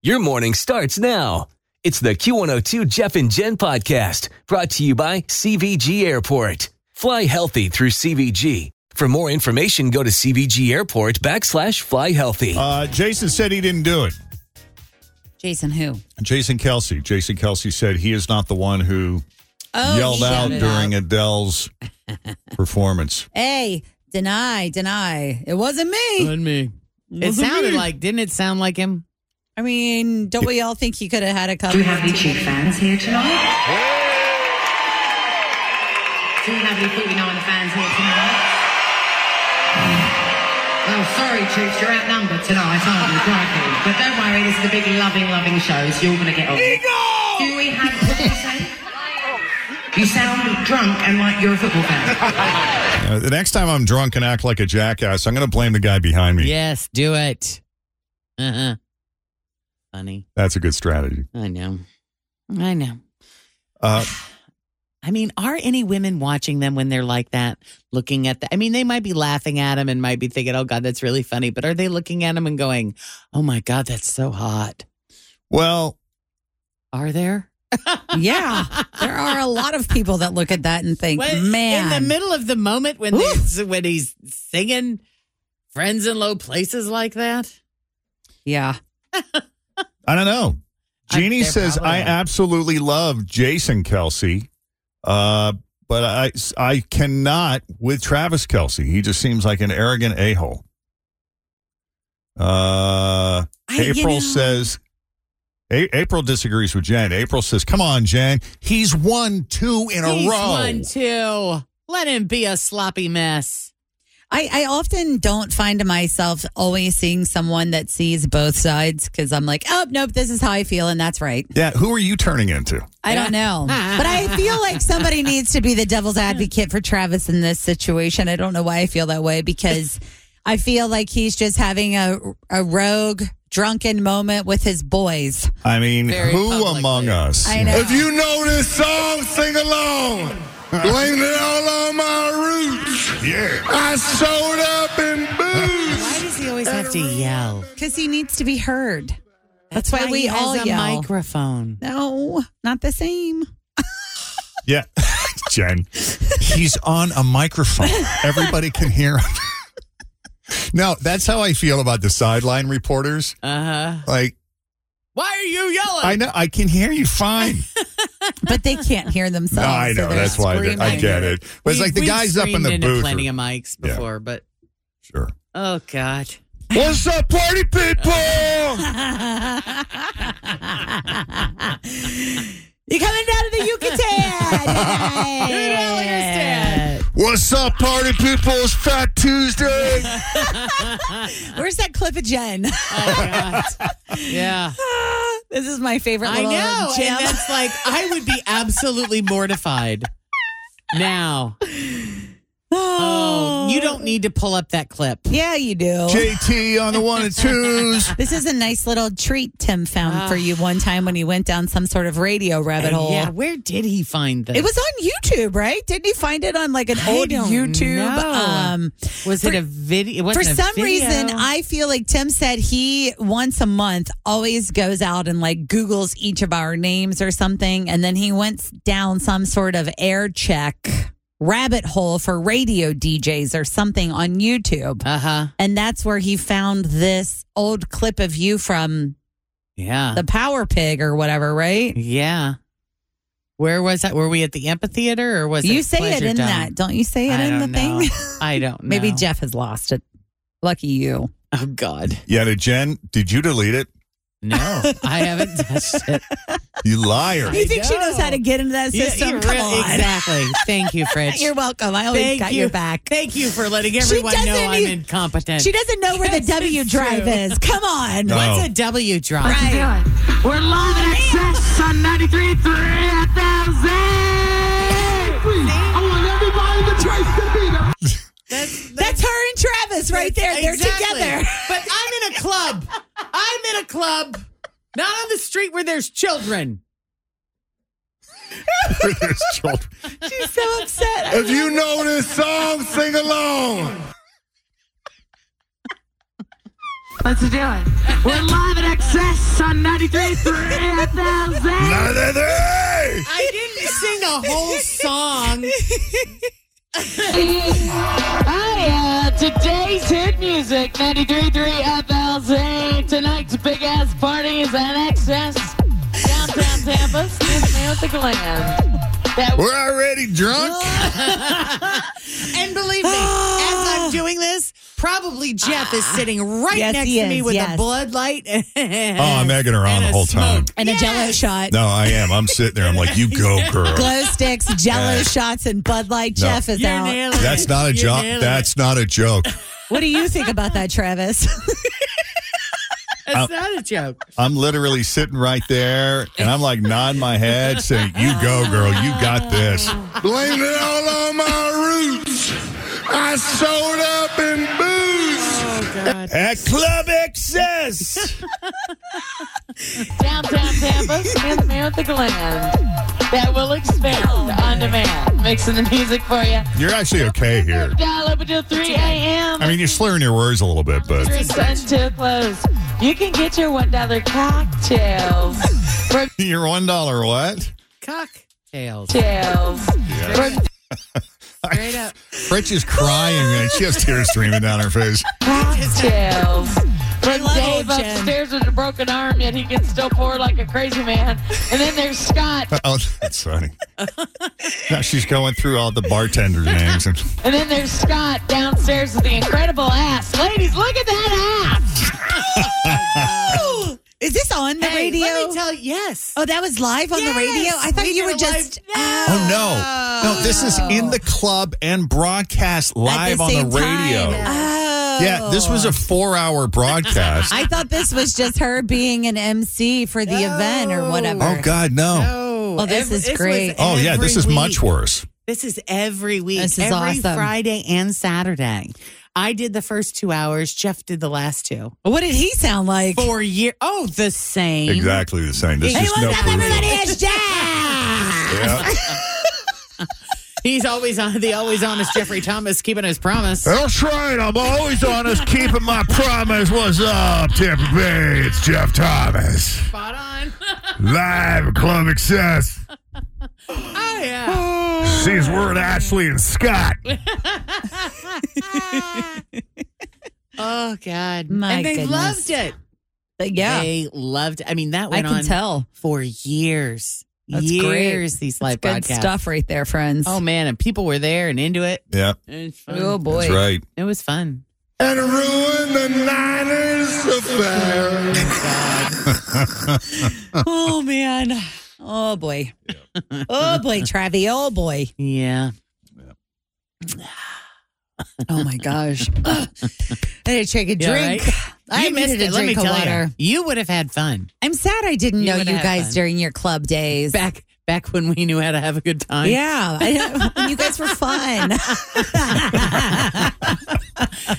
Your morning starts now. It's the Q102 Jeff and Jen podcast brought to you by CVG Airport. Fly healthy through CVG. For more information, go to CVG Airport backslash fly healthy. Uh, Jason said he didn't do it. Jason who? Jason Kelsey. Jason Kelsey said he is not the one who Oh, yelled out shouted during Adele's performance. Hey, deny, deny. It wasn't me. And me. It Wasn't sounded me. like, didn't it sound like him? I mean, don't we all think he could have had a couple? Do we have any Chief fans here tonight? Do we have any 49 fans here tonight? Well, sorry, Chiefs, you're outnumbered tonight, aren't you? Crikey. But don't worry, this is a big loving, loving show, so you're going to get on. Do we have... What did you say? You sound drunk and like you're a football fan. Uh, the next time I'm drunk and act like a jackass, I'm going to blame the guy behind me. Yes, do it. Uh-huh. Funny. That's a good strategy. I know. I know. Uh, I mean, are any women watching them when they're like that, looking at that? I mean, they might be laughing at him and might be thinking, oh, God, that's really funny. But are they looking at him and going, oh, my God, that's so hot? well, Are there? yeah, there are a lot of people that look at that and think, Well, man, In the middle of the moment when, there's- when he's singing Friends in Low Places like that? yeah, I don't know. I- Jeannie they're says probably I not." absolutely love Jason Kelsey, uh, but I I cannot with Travis Kelsey. He just seems like an arrogant a hole. Uh, I- you April know- says. A- April disagrees with Jen. April says, "Come on, Jen. He's won two in He's a row." One, two. Let him be a sloppy mess. I, I often don't find myself always seeing someone that sees both sides because I'm like, oh, nope, this is how I feel, and that's right. Yeah, who are you turning into? I don't know. but I feel like somebody needs to be the devil's advocate for Travis in this situation. I don't know why I feel that way because I feel like he's just having a, a rogue, drunken moment with his boys. I mean, Very who publicly. among us? I know. If you know this song, sing along. Blame it all on my roots. Yeah. I showed up in Why boots. does he always have to yell? Because he needs to be heard. That's, why, we he has all a yell. microphone. no, not the same. Yeah. Jen, he's on a microphone. Everybody can hear him. no, that's how I feel about the sideline reporters. Uh huh. Like, Why are you yelling? I know I can hear you fine. But they can't hear No, themselves. I so know. they're That's why I- I screaming. get it. But it's We- like the we've guys up in screamed the into booth. Plenty are- of mics Yeah. before, but sure. oh god, What's up, party people? You're coming down to the Yucatan. tonight. You don't understand. What's up, party people? It's Fat Tuesday. Where's that clip of Jen? Oh god, yeah, this is my favorite I little know. gem. And that's like I would be absolutely mortified now. Oh, you don't need to pull up that clip. Yeah, you do. JT on the one and twos. this is a nice little treat Tim found for you one time when he went down some sort of radio rabbit hole. Ah. Yeah, where did he find this? It was on YouTube, right? Didn't he find it on like an I old don't YouTube? know. Um, Was For- it a video? It for wasn't a some video. reason, I feel like Tim said he once a month always goes out and like Googles each of our names or something. And then he went down some sort of air check rabbit hole for radio DJs or something on YouTube. Uh huh. And that's where he found this old clip of you from Yeah. the power pig or whatever, right? yeah. Where was that? Were we at the amphitheater or was you it say it Pleasure in Dome? that, don't you say it I in the don't know. thing? I don't know. Maybe Jeff has lost it. Lucky you. Oh, God. Yeah, to Jen, did you delete it? No, I haven't touched it. You liar. You think she knows how to know. get into that Yeah, system? you're Come real- on. Exactly. Thank you, Fritz. You're welcome. I always Thank got you. your back. Thank you for letting She everyone know doesn't I'm e- incompetent. She doesn't know where the Yes, W it's drive true. is. Come on. No. What's a W drive? Right. We're live in excess on 93 3 at I want everybody in the church to be there. That's, That's her and Travis right there. They're Exactly. together. But I'm in a club. I'm in a club, not on the street where there's children. There's children. She's so upset. If you know this song, sing along. Let's do it. We're live in excess on 93 3 at Neither they. I didn't sing the whole song. Hi, uh, today's hit music, 93.3 FLZ. Tonight's big ass party is at Excess, downtown Tampa, Smith Music Land. That We're already drunk. And believe me, as I'm doing this, probably Jeff is sitting right Ah. Yes, next he to me is, with yes. a blood light. oh, Oh, I'm egging her on the whole time. And a jello shot. No, I am. I'm sitting there. I'm like, you go, girl. Glow sticks, jello shots, and Bud Light. No. Jeff is You're out. nailing That's it. not a You're joke. nailing it. That's not a joke. What do you think about that, Travis? That's not a joke. I'm literally sitting right there and I'm like nodding my head saying, you go, girl. You got this. Blamed it all on my roots. I showed up in boots. Oh, At Club Excess. downtown Tampa, Smith Music Land. That will expand on demand. Mixing the music for you. You're actually okay here. Dial up until 3 a.m. I mean, you're slurring your words a little bit, but Three sun to close. You can get your $1 cocktails. you're $1 what? Cocktails. Cocktails. Straight up. French is crying and she has tears streaming down her face. Cocktails. From love Dave old Jen. upstairs with a broken arm, yet he can still pour like a crazy man. And then there's Scott. Oh, that's funny. Now she's going through all the bartenders' names. And And then there's Scott downstairs with the incredible ass. Ladies, look at that ass. is this on the Hey, radio? Let me tell you, yes. oh, that was live on Yes, the radio? I thought we you did were a live- just. ah. oh, no. No, this is in the club and broadcast live on the same time. radio. Oh. Yeah, this was a four hour broadcast. I thought this was just her being an MC for the event or whatever. oh, God, no. Oh, Well, this is great. Oh, yeah, this is much worse. Mm-hmm. This is every week. This is every awesome. Friday and Saturday. I did the first two hours. Jeff did the last two. What did he sound like? For year. Oh, the same. Exactly the same. This Hey, is no proof. It's Jeff. Yeah. He's always on the always honest Jeffrey Thomas keeping his promise. That's right. I'm always honest, keeping my promise. What's up, Tampa Bay? It's Jeff Thomas. Spot on. Live at Club Excess. Oh yeah. Sees we're at Ashley and Scott. Oh God. My and they goodness. loved it. But yeah, They loved it. I mean, that I went can on tell. for years. That's great. years these It's live good podcasts. stuff right there, friends. Oh man, and people were there and into it. yeah, It was fun. Oh, boy. that's right. It was fun. And ruin the Niners affair. Oh man. Oh boy. Oh boy, Travi. Oh boy. Yeah. Oh my gosh. I need to take a Yeah, drink. right? I you missed needed a it. drink Let me of tell water. you. You would have had fun I'm sad I didn't You know would've you had guys fun. during your club days. back back when we knew how to have a good time. Yeah, I, when you guys were fun.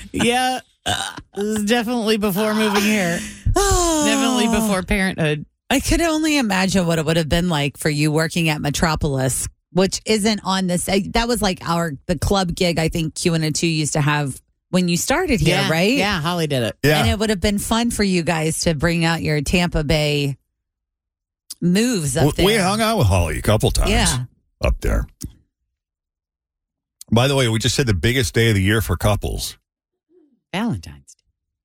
yeah. Uh, This is definitely before moving here. Oh. Definitely before parenthood. I could only imagine what it would have been like for you working at Metropolis, which isn't on this. I- That was like our the club gig. I think Q and A two used to have when you started here, right? Yeah, Holly did it. Yeah. And it would have been fun for you guys to bring out your Tampa Bay moves up We- there. We hung out with Holly a couple times Yeah. up there. By the way, we just had the biggest day of the year for couples. Valentine's Day.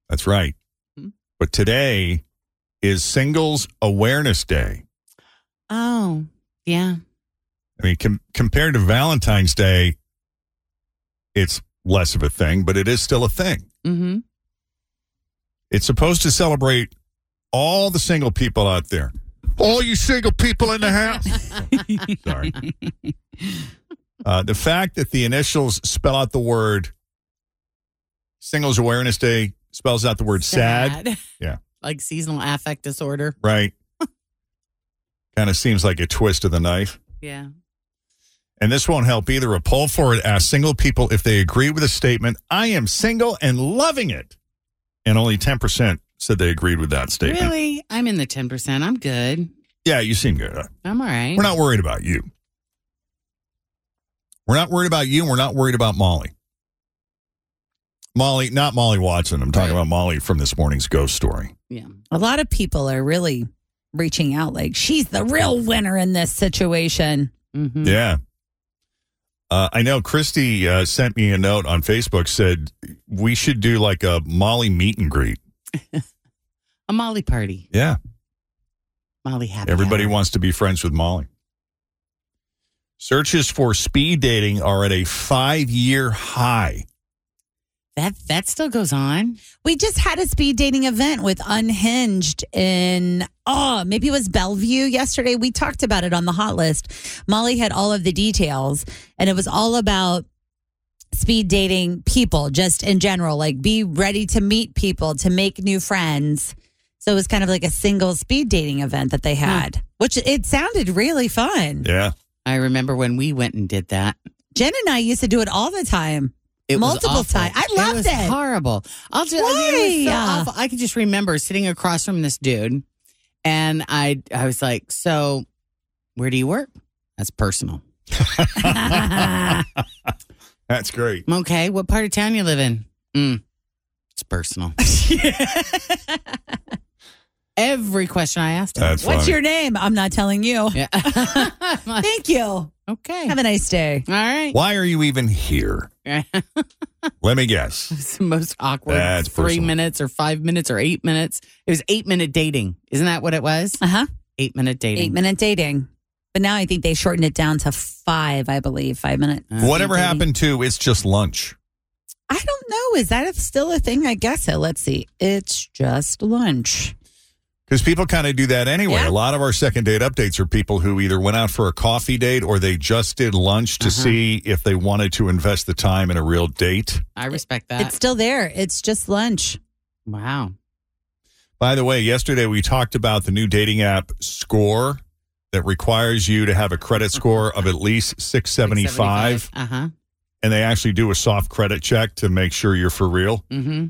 That's right. Hmm. But today is Singles Awareness Day. Oh, yeah. I mean, com- compared to Valentine's Day, it's less of a thing, but it is still a thing. Mm-hmm. It's supposed to celebrate all the single people out there. All you single people in the house. Sorry. Uh, the fact that the initials spell out the word Singles Awareness Day spells out the word sad, Yeah. Like seasonal affect disorder. right? kind of seems like a twist of the knife. Yeah. And this won't help either. A poll for it asked single people if they agree with the statement, I am single and loving it. And only 10% said they agreed with that statement. Really? I'm in the 10%. I'm good. Yeah, you seem good. I'm all right. We're not worried about you. We're not worried about you. And we're not worried about Molly. Molly, not Molly Watson. I'm talking about Molly from this morning's ghost story. yeah. A lot of people are really reaching out like she's the real winner in this situation. Mm-hmm. Yeah. Uh, I know Christy uh, sent me a note on Facebook said we should do like a Molly meet and greet. A Molly party. Yeah. Molly happy. Everybody hour. wants to be friends with Molly. Searches for speed dating are at a five year high. that. That still goes on. We just had a speed dating event with Unhinged in, oh, maybe it was Bellevue yesterday. We talked about it on the hot list. Molly had all of the details, and it was all about speed dating people just in general, like be ready to meet people, to make new friends. So it was kind of like a single speed dating event that they had, which it sounded really fun. Yeah. I remember when we went and did that. Jen and I used to do it all the time. It Multiple was awful. times. I loved was it. Horrible. I'll just. I, mean, it was so Why? awful. I could just remember sitting across from this dude, and I I was like, "So, where do you work?" That's personal. That's great. Okay, what part of town you live in? Mm, it's personal. Every question I asked him. That's What's funny. your name? I'm not telling you. yeah. I'm like, Thank you. okay. Have a nice day. All right. Why are you even here? it's Let me guess. the most awkward That's three personal. minutes or five minutes or eight minutes. It was eight minute dating. Isn't that what it was? Uh huh. Eight minute dating. Eight minute dating. But now I think they shortened it down to five, I believe, five minutes. Uh, Whatever eight dating. happened to it's just lunch. I don't know. Is that still a thing? I guess so. Let's see. It's just lunch. Because people kind of do that anyway. A Yeah. lot of our second date updates are people who either went out for a coffee date or they just did lunch Mm-hmm. to see if they wanted to invest the time in a real date. I respect that. it's still there. It's just lunch. wow. By the way, yesterday we talked about the new dating app Score that requires you to have a credit Mm-hmm. score of at least 675 Uh huh. and they actually do a soft credit check to make sure you're for real. Mm-hmm.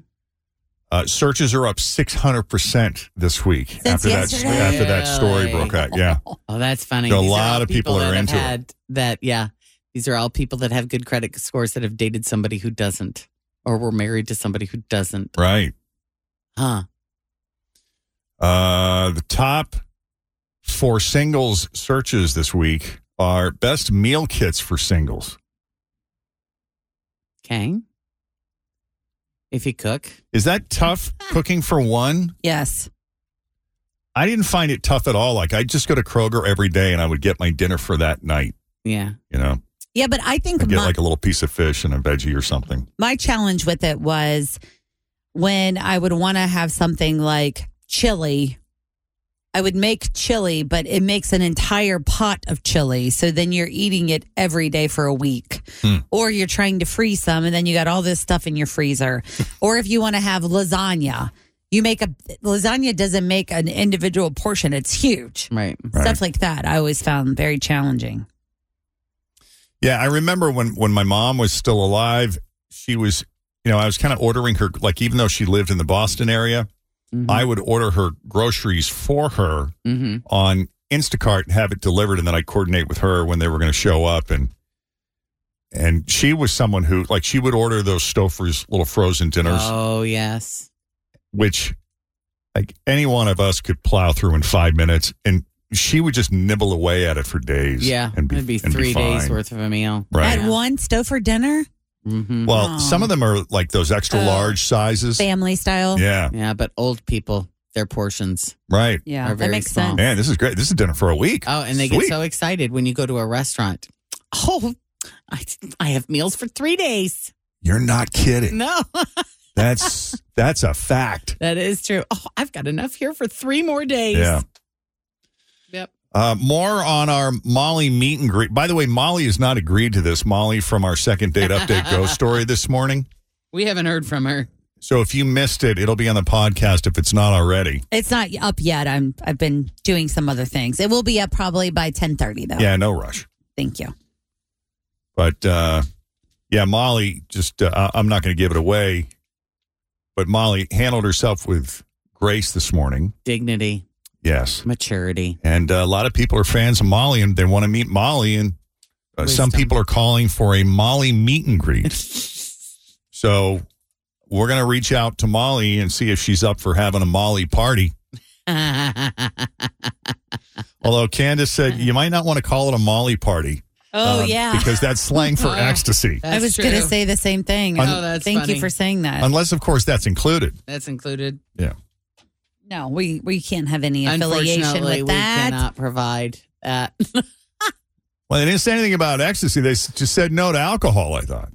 Uh, searches are up 600% this week Since after yesterday? that after that story Really? broke out. Yeah. Oh, that's funny. So a These are lot all of people are that have into it. had That yeah. These are all people that have good credit scores that have dated somebody who doesn't, or were married to somebody who doesn't. Right. Huh. Uh, the top four singles searches this week are best meal kits for singles. Okay. If you cook, Is that tough cooking for one? Yes. I didn't find it tough at all. Like I just go to Kroger every day and I would get my dinner for that night. yeah. You know, Yeah, but I I think get my, like a little piece of fish and a veggie or something. my challenge with it was when I would want to have something like chili. I would make chili, but it makes an entire pot of chili. So then you're eating it every day for a week. Hmm. Or you're trying to freeze some and then you got all this stuff in your freezer. or if you want to have lasagna, you make a lasagna doesn't make an individual portion, it's huge. Right. Hmm. Stuff like that I always found very challenging. Yeah, I remember when when my mom was still alive, she was, you know, I was kind of ordering her like even though she lived in the Boston area, Mhm. I would order her groceries for her Mm-hmm. on Instacart and have it delivered and then I coordinate with her when they were going to show up and and she was someone who like she would order those Stouffer's little frozen dinners Oh yes. which like any one of us could plow through in five minutes and she would just nibble away at it for days Yeah. and It'd be and three days fine. worth of a meal. right At one Stouffer dinner, Mm-hmm. well Aw. some of them are like those extra Oh. large sizes family style. yeah Yeah, but old people their portions. Right. Are Yeah. very that makes small. sense. Man, this is great. This is dinner for a week. Oh, and they Sweet. get so excited when you go to a restaurant. Oh, I, I have meals for three days. You're not kidding. No, That's that's a fact. that is true. Oh, I've got enough here for three more days. Yeah. Yep. Uh, more on our Molly meet and greet. By the way, Molly has not agreed to this. Molly from our second date update ghost story this morning. We haven't heard from her. So if you missed it, it'll be on the podcast if it's not already. It's not up yet. I'm I've been doing some other things. It will be up probably by 10:30 though. Yeah, no rush. Thank you. But uh, yeah, Molly just uh, I- I'm not going to give it away. But Molly handled herself with grace this morning. Dignity, Yes. maturity. And uh, a lot of people are fans of Molly and they want to meet Molly. And uh, some Wisdom. people are calling for a Molly meet and greet. so we're going to reach out to Molly and see if she's up for having a Molly party. Oh, Although Candace said you might not want to call it a Molly party. Oh um, yeah. Because that's slang for Oh. ecstasy. I was going to say the same thing. Un- Oh, that's Thank funny. you for saying that. Unless, of course, that's included. that's included. no, we we can't have any affiliation Unfortunately, with that. we cannot provide that. Well, they didn't say anything about ecstasy. They s- just said no to alcohol, I thought.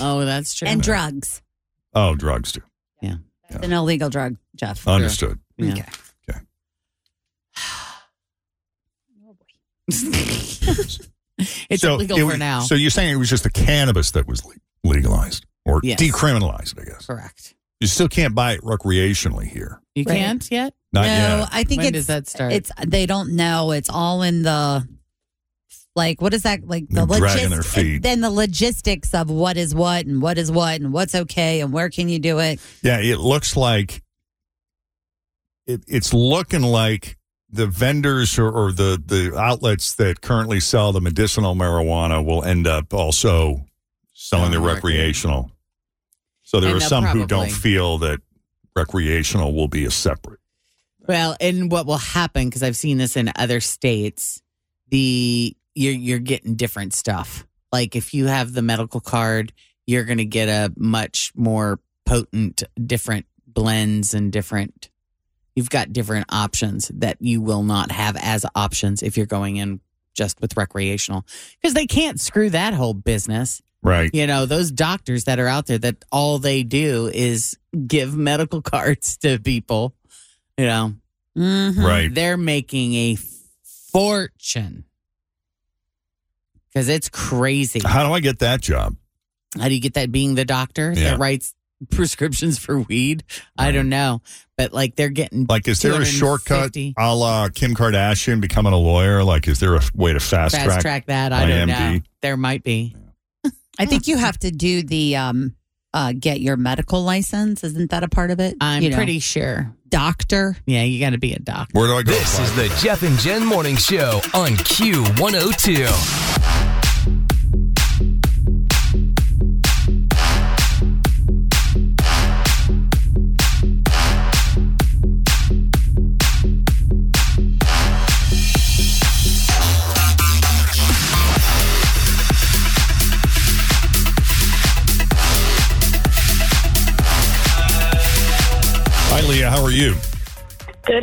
oh, that's true. and drugs. Oh, drugs too. It's an illegal drug, Uh, Jeff. Understood. Yeah. Okay. It's so illegal it for was- now. So you're saying it was just the cannabis that was le- legalized or Yes. decriminalized, I guess. Correct. You still can't buy it recreationally here. You Right. can't yet. Not no, yet. I think when it's does that start? it's they don't know. It's all in the like what is that like the They're dragging their logis- feet. then the logistics of what is what and what is what and what's okay and where can you do it. Yeah, it looks like it, it's looking like the vendors or, or the, the outlets that currently sell the medicinal marijuana will end up also selling the Selling recre- recreational. So there And are they'll some who don't probably- feel that recreational will be a separate. Well, and what will happen because I've seen this in other states, the you're you're getting different stuff. Like if you have the medical card, you're going to get a much more potent, different blends and different. You've got different options that you will not have as options if you're going in just with recreational because they can't screw that whole business. Right. You know, those doctors that are out there that all they do is give medical cards to people, you know. Mhm. Right. They're making a fortune because it's crazy. How do I get that job? How do you get that being the doctor Yeah. that writes prescriptions for weed? I don't know. But like they're getting Like, is there a shortcut 250. a la Kim Kardashian becoming a lawyer? Like, is there a way to fast, fast track? track, that. I don't IMD? know. There might be. I think Hmm. you have to do the um uh get your medical license. Isn't that a part of it? I'm You know, pretty sure. doctor. Yeah, you got to be a doctor. Where do I go? This is the Jeff and Jen Morning Show on Q102. Hi, Leah. How are you? Good.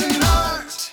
an art.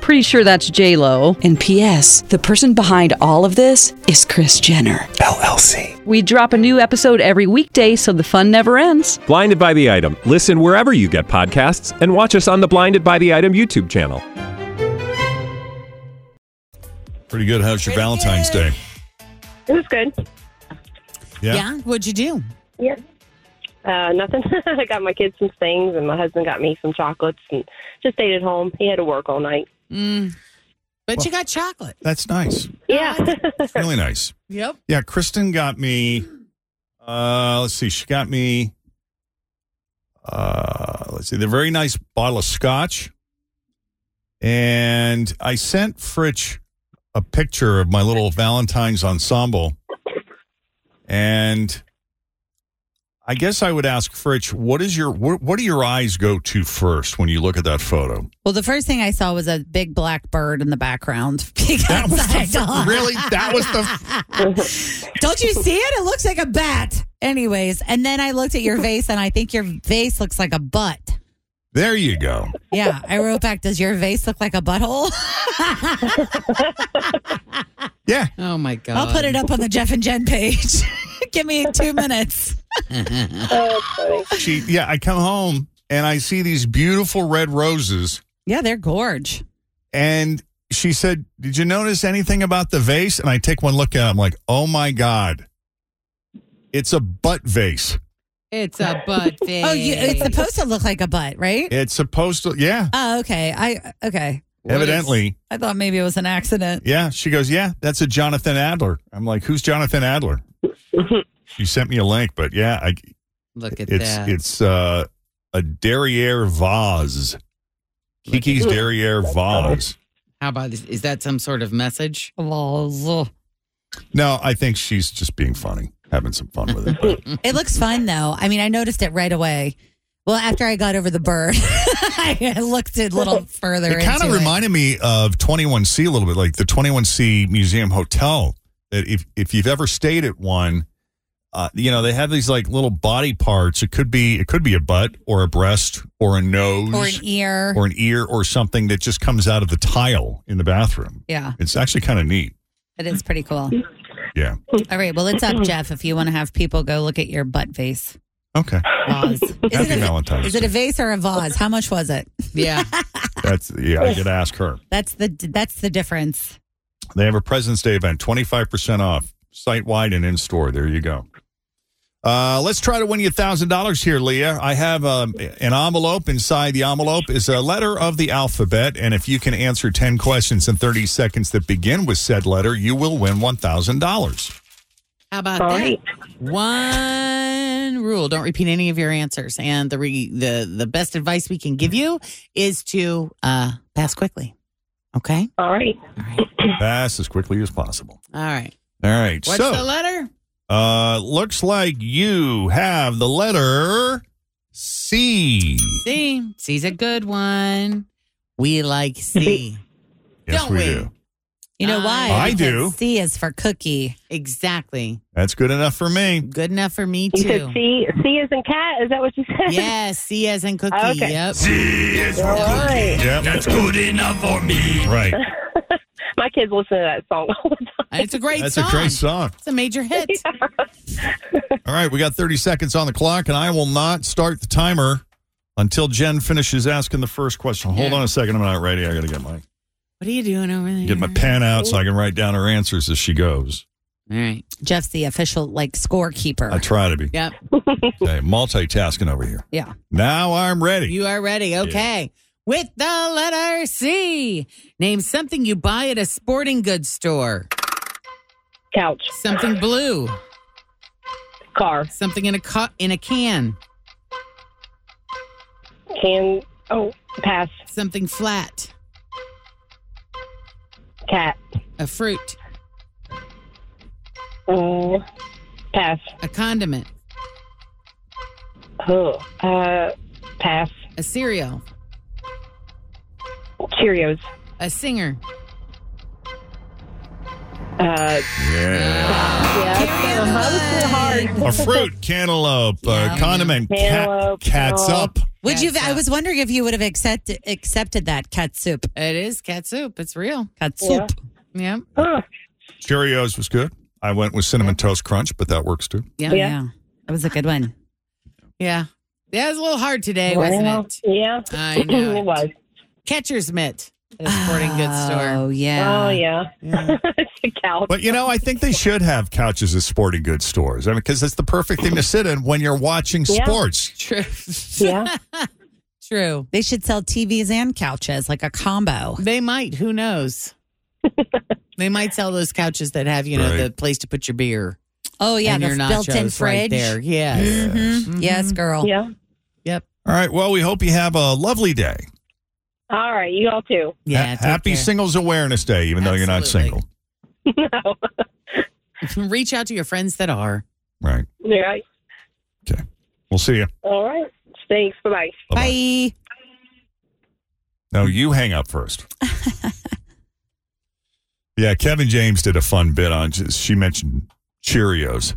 Pretty sure that's J Lo. And P.S. The person behind all of this is Chris Jenner. LLC. We drop a new episode every weekday, so the fun never ends. Blinded by the item. Listen wherever you get podcasts, and watch us on the Blinded by the Item YouTube channel. Pretty good. How's your Valentine's Day? It was good. Yeah. What'd you do? Yeah. Uh, nothing. I got my kids some things, and my husband got me some chocolates, and just stayed at home. He had to work all night. Mm. But you got chocolate. That's nice. Yeah. Really nice. Yep. Yeah. Kristen got me, uh, let's see, she got me uh, let's see, the very nice bottle of scotch. And I sent Fritch a picture of my little Valentine's ensemble. And I guess I would ask Fritch, what is your what, what do your eyes go to first when you look at that photo? Well, the first thing I saw was a big black bird in the background. Because I don't- really? That was Don't you see it? It looks like a bat. Anyways, and then I looked at your vase, and I think your vase looks like a butt. There you go. Yeah, I wrote back, "Does your vase look like a butthole?" Yeah. Oh my god. I'll put it up on the Jeff and Jen page. Give me two minutes. She yeah, I come home and I see these beautiful red roses. Yeah, they're gorge. And she said, Did you notice anything about the vase? And I take one look at it, I'm like, oh my God. It's a butt vase. It's a butt face. Oh, you, it's supposed to look like a butt, right? It's supposed to yeah. Oh, okay. I okay. evidently. I thought maybe it was an accident. Yeah. She goes, Yeah, that's a Jonathan Adler. I'm like, Who's Jonathan Adler? she sent me a link, but yeah, I, Look at it's that. it's uh, a derriere vase. Kiki's derriere vase. How about this? Is that some sort of message? It No, I think she's just being funny, having some fun with it. but- looks fun though. I mean, I noticed it right away. Well, after I got over the bird, I looked a little further. it kind of into reminded me of 21C a little bit, like the 21C Museum Hotel. That if if you've ever stayed at one, uh, you know they have these like little body parts. It could be it could be a butt or a breast or a nose or an ear. or an ear or something that just comes out of the tile in the bathroom. yeah, It's actually kind of neat. it is pretty cool. Yeah. All right, well, it's up, Jeff. If you want to have people go look at your butt vase, Okay. vase. Is it Happy a- Valentine's. Is it a vase or a vase? How much was it? Yeah. That's yeah. Oh. I could ask her. That's the that's the difference. They have a President's Day event, 25% off site wide and in store. There you go. Uh, let's try to win you $1,000 here, Leah. I have um, an envelope. Inside the envelope is a letter of the alphabet. And if you can answer 10 questions in 30 seconds that begin with said letter, you will win $1,000. How about All that? right. One rule: don't repeat any of your answers. And the re- the the best advice we can give you is to uh, pass quickly. Okay. All right. All right. Pass as quickly as possible. All right. All right. What's the so, letter? uh, looks like you have the letter C. C. C's a good one. We like C. Yes, Don't we we? do. You know Uh, why? I Because do. C is for cookie. exactly. That's good enough for me. Good enough for me You said too. C, C is in cat. Is that what you said? Yes, C as in cookie. Okay. Yep. All right. Yep. That's good enough for me. Right. My kids listen to that song all the time. It's a great That's song. a great song. It's a major hit. All right, we got 30 seconds on the clock, and I will not start the timer until Jen finishes asking the first question. Hold Yeah. on a second. I'm not ready. I got to get my What are you doing over there? get my pen out so I can write down her answers as she goes. All right. Jeff's the official like scorekeeper. I try to be. Yep. Okay, multitasking over here. yeah. Now I'm ready. You are ready. Okay. With the letter C, name something you buy at a sporting goods store. Couch, Something blue. car, Something in a cu- in a can. can, oh, pass, Something flat. cat, A fruit. mm, pass, A condiment. huh, uh, pass, A cereal. Cheerios, A singer. uh, Yeah. yeah, A fruit, cantaloupe, uh, condiment, cat, Cantaloupe, cats oh. up. Would you? Catsup. I was wondering if you would have accepted accepted that cat soup. It is cat soup. It's real. Cat soup. Yep. Huh. Cheerios was good. I went with cinnamon toast crunch, but that works too. Yeah. Oh, Yeah. Yeah. That was a good one. Yeah. it was a little hard today, Well, wasn't it? Yeah, I know it was. Catcher's mitt at a sporting goods store. Oh yeah. oh yeah, it's a couch. But you know, I think they should have couches as sporting goods stores. I mean, because it's the perfect thing to sit in when you're watching Yeah. sports. True. Yeah. True. They should sell TVs and couches like a combo. They might. Who knows? they might sell those couches that have, you know, Right. the place to put your beer. Oh yeah, and the your nachos built-in Mm-hmm. right Mm-hmm. fridge. there. Yeah. Mhm. Yes, girl. Yeah, Yep. All right. Well, we hope you have a lovely day. All right, you all too. Ha- Happy Singles Awareness Day, even though you're not single. Reach out to your friends that are. Right. Yeah. We'll see you. All right. Thanks. Bye-bye. Bye. No, you hang up first. yeah, Kevin James did a fun bit on. She mentioned Cheerios.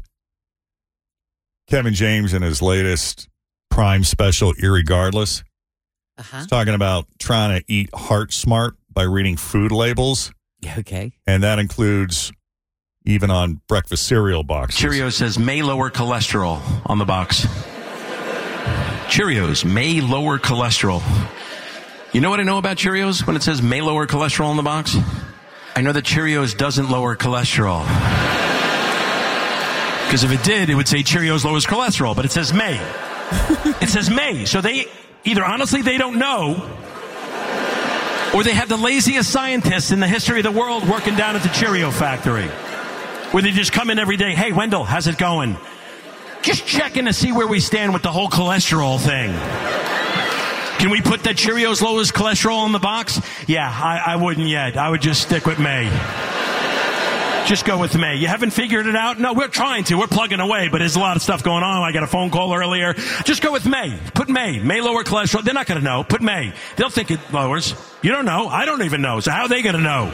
Kevin James in his latest Prime special, irregardless, Uh-huh. he's talking about trying to eat heart smart by reading food labels, Okay. and that includes even on breakfast cereal boxes. Cheerios says may lower cholesterol on the box. Cheerios may lower cholesterol. You know what I know about Cheerios when it says may lower cholesterol on the box? I know that Cheerios doesn't lower cholesterol. Because if it did, it would say Cheerios lowers cholesterol, but it says may. It says may. So they either honestly they don't know or they have the laziest scientists in the history of the world working down at the Cheerio factory, where they just come in every day. Hey, Wendell, how's it going? Just checking to see where we stand with the whole cholesterol thing. Can we put the Cheerios lowest cholesterol in the box? Yeah, I, I wouldn't yet. I would just uh, stick with May. Just go with May. You haven't figured it out? No, we're trying to. We're plugging away, but there's a lot of stuff going on. I got a phone call earlier. Just go with May. Put May. May lower cholesterol. They're not going to know. Put May. They'll think it lowers. You don't know. I don't even know. So how are they going to know?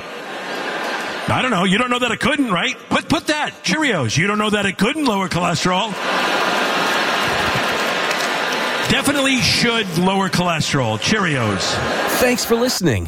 I don't know. You don't know that it couldn't, right? Put put that. Cheerios. You don't know that it couldn't lower cholesterol. Definitely should lower cholesterol. Cheerios. Thanks for listening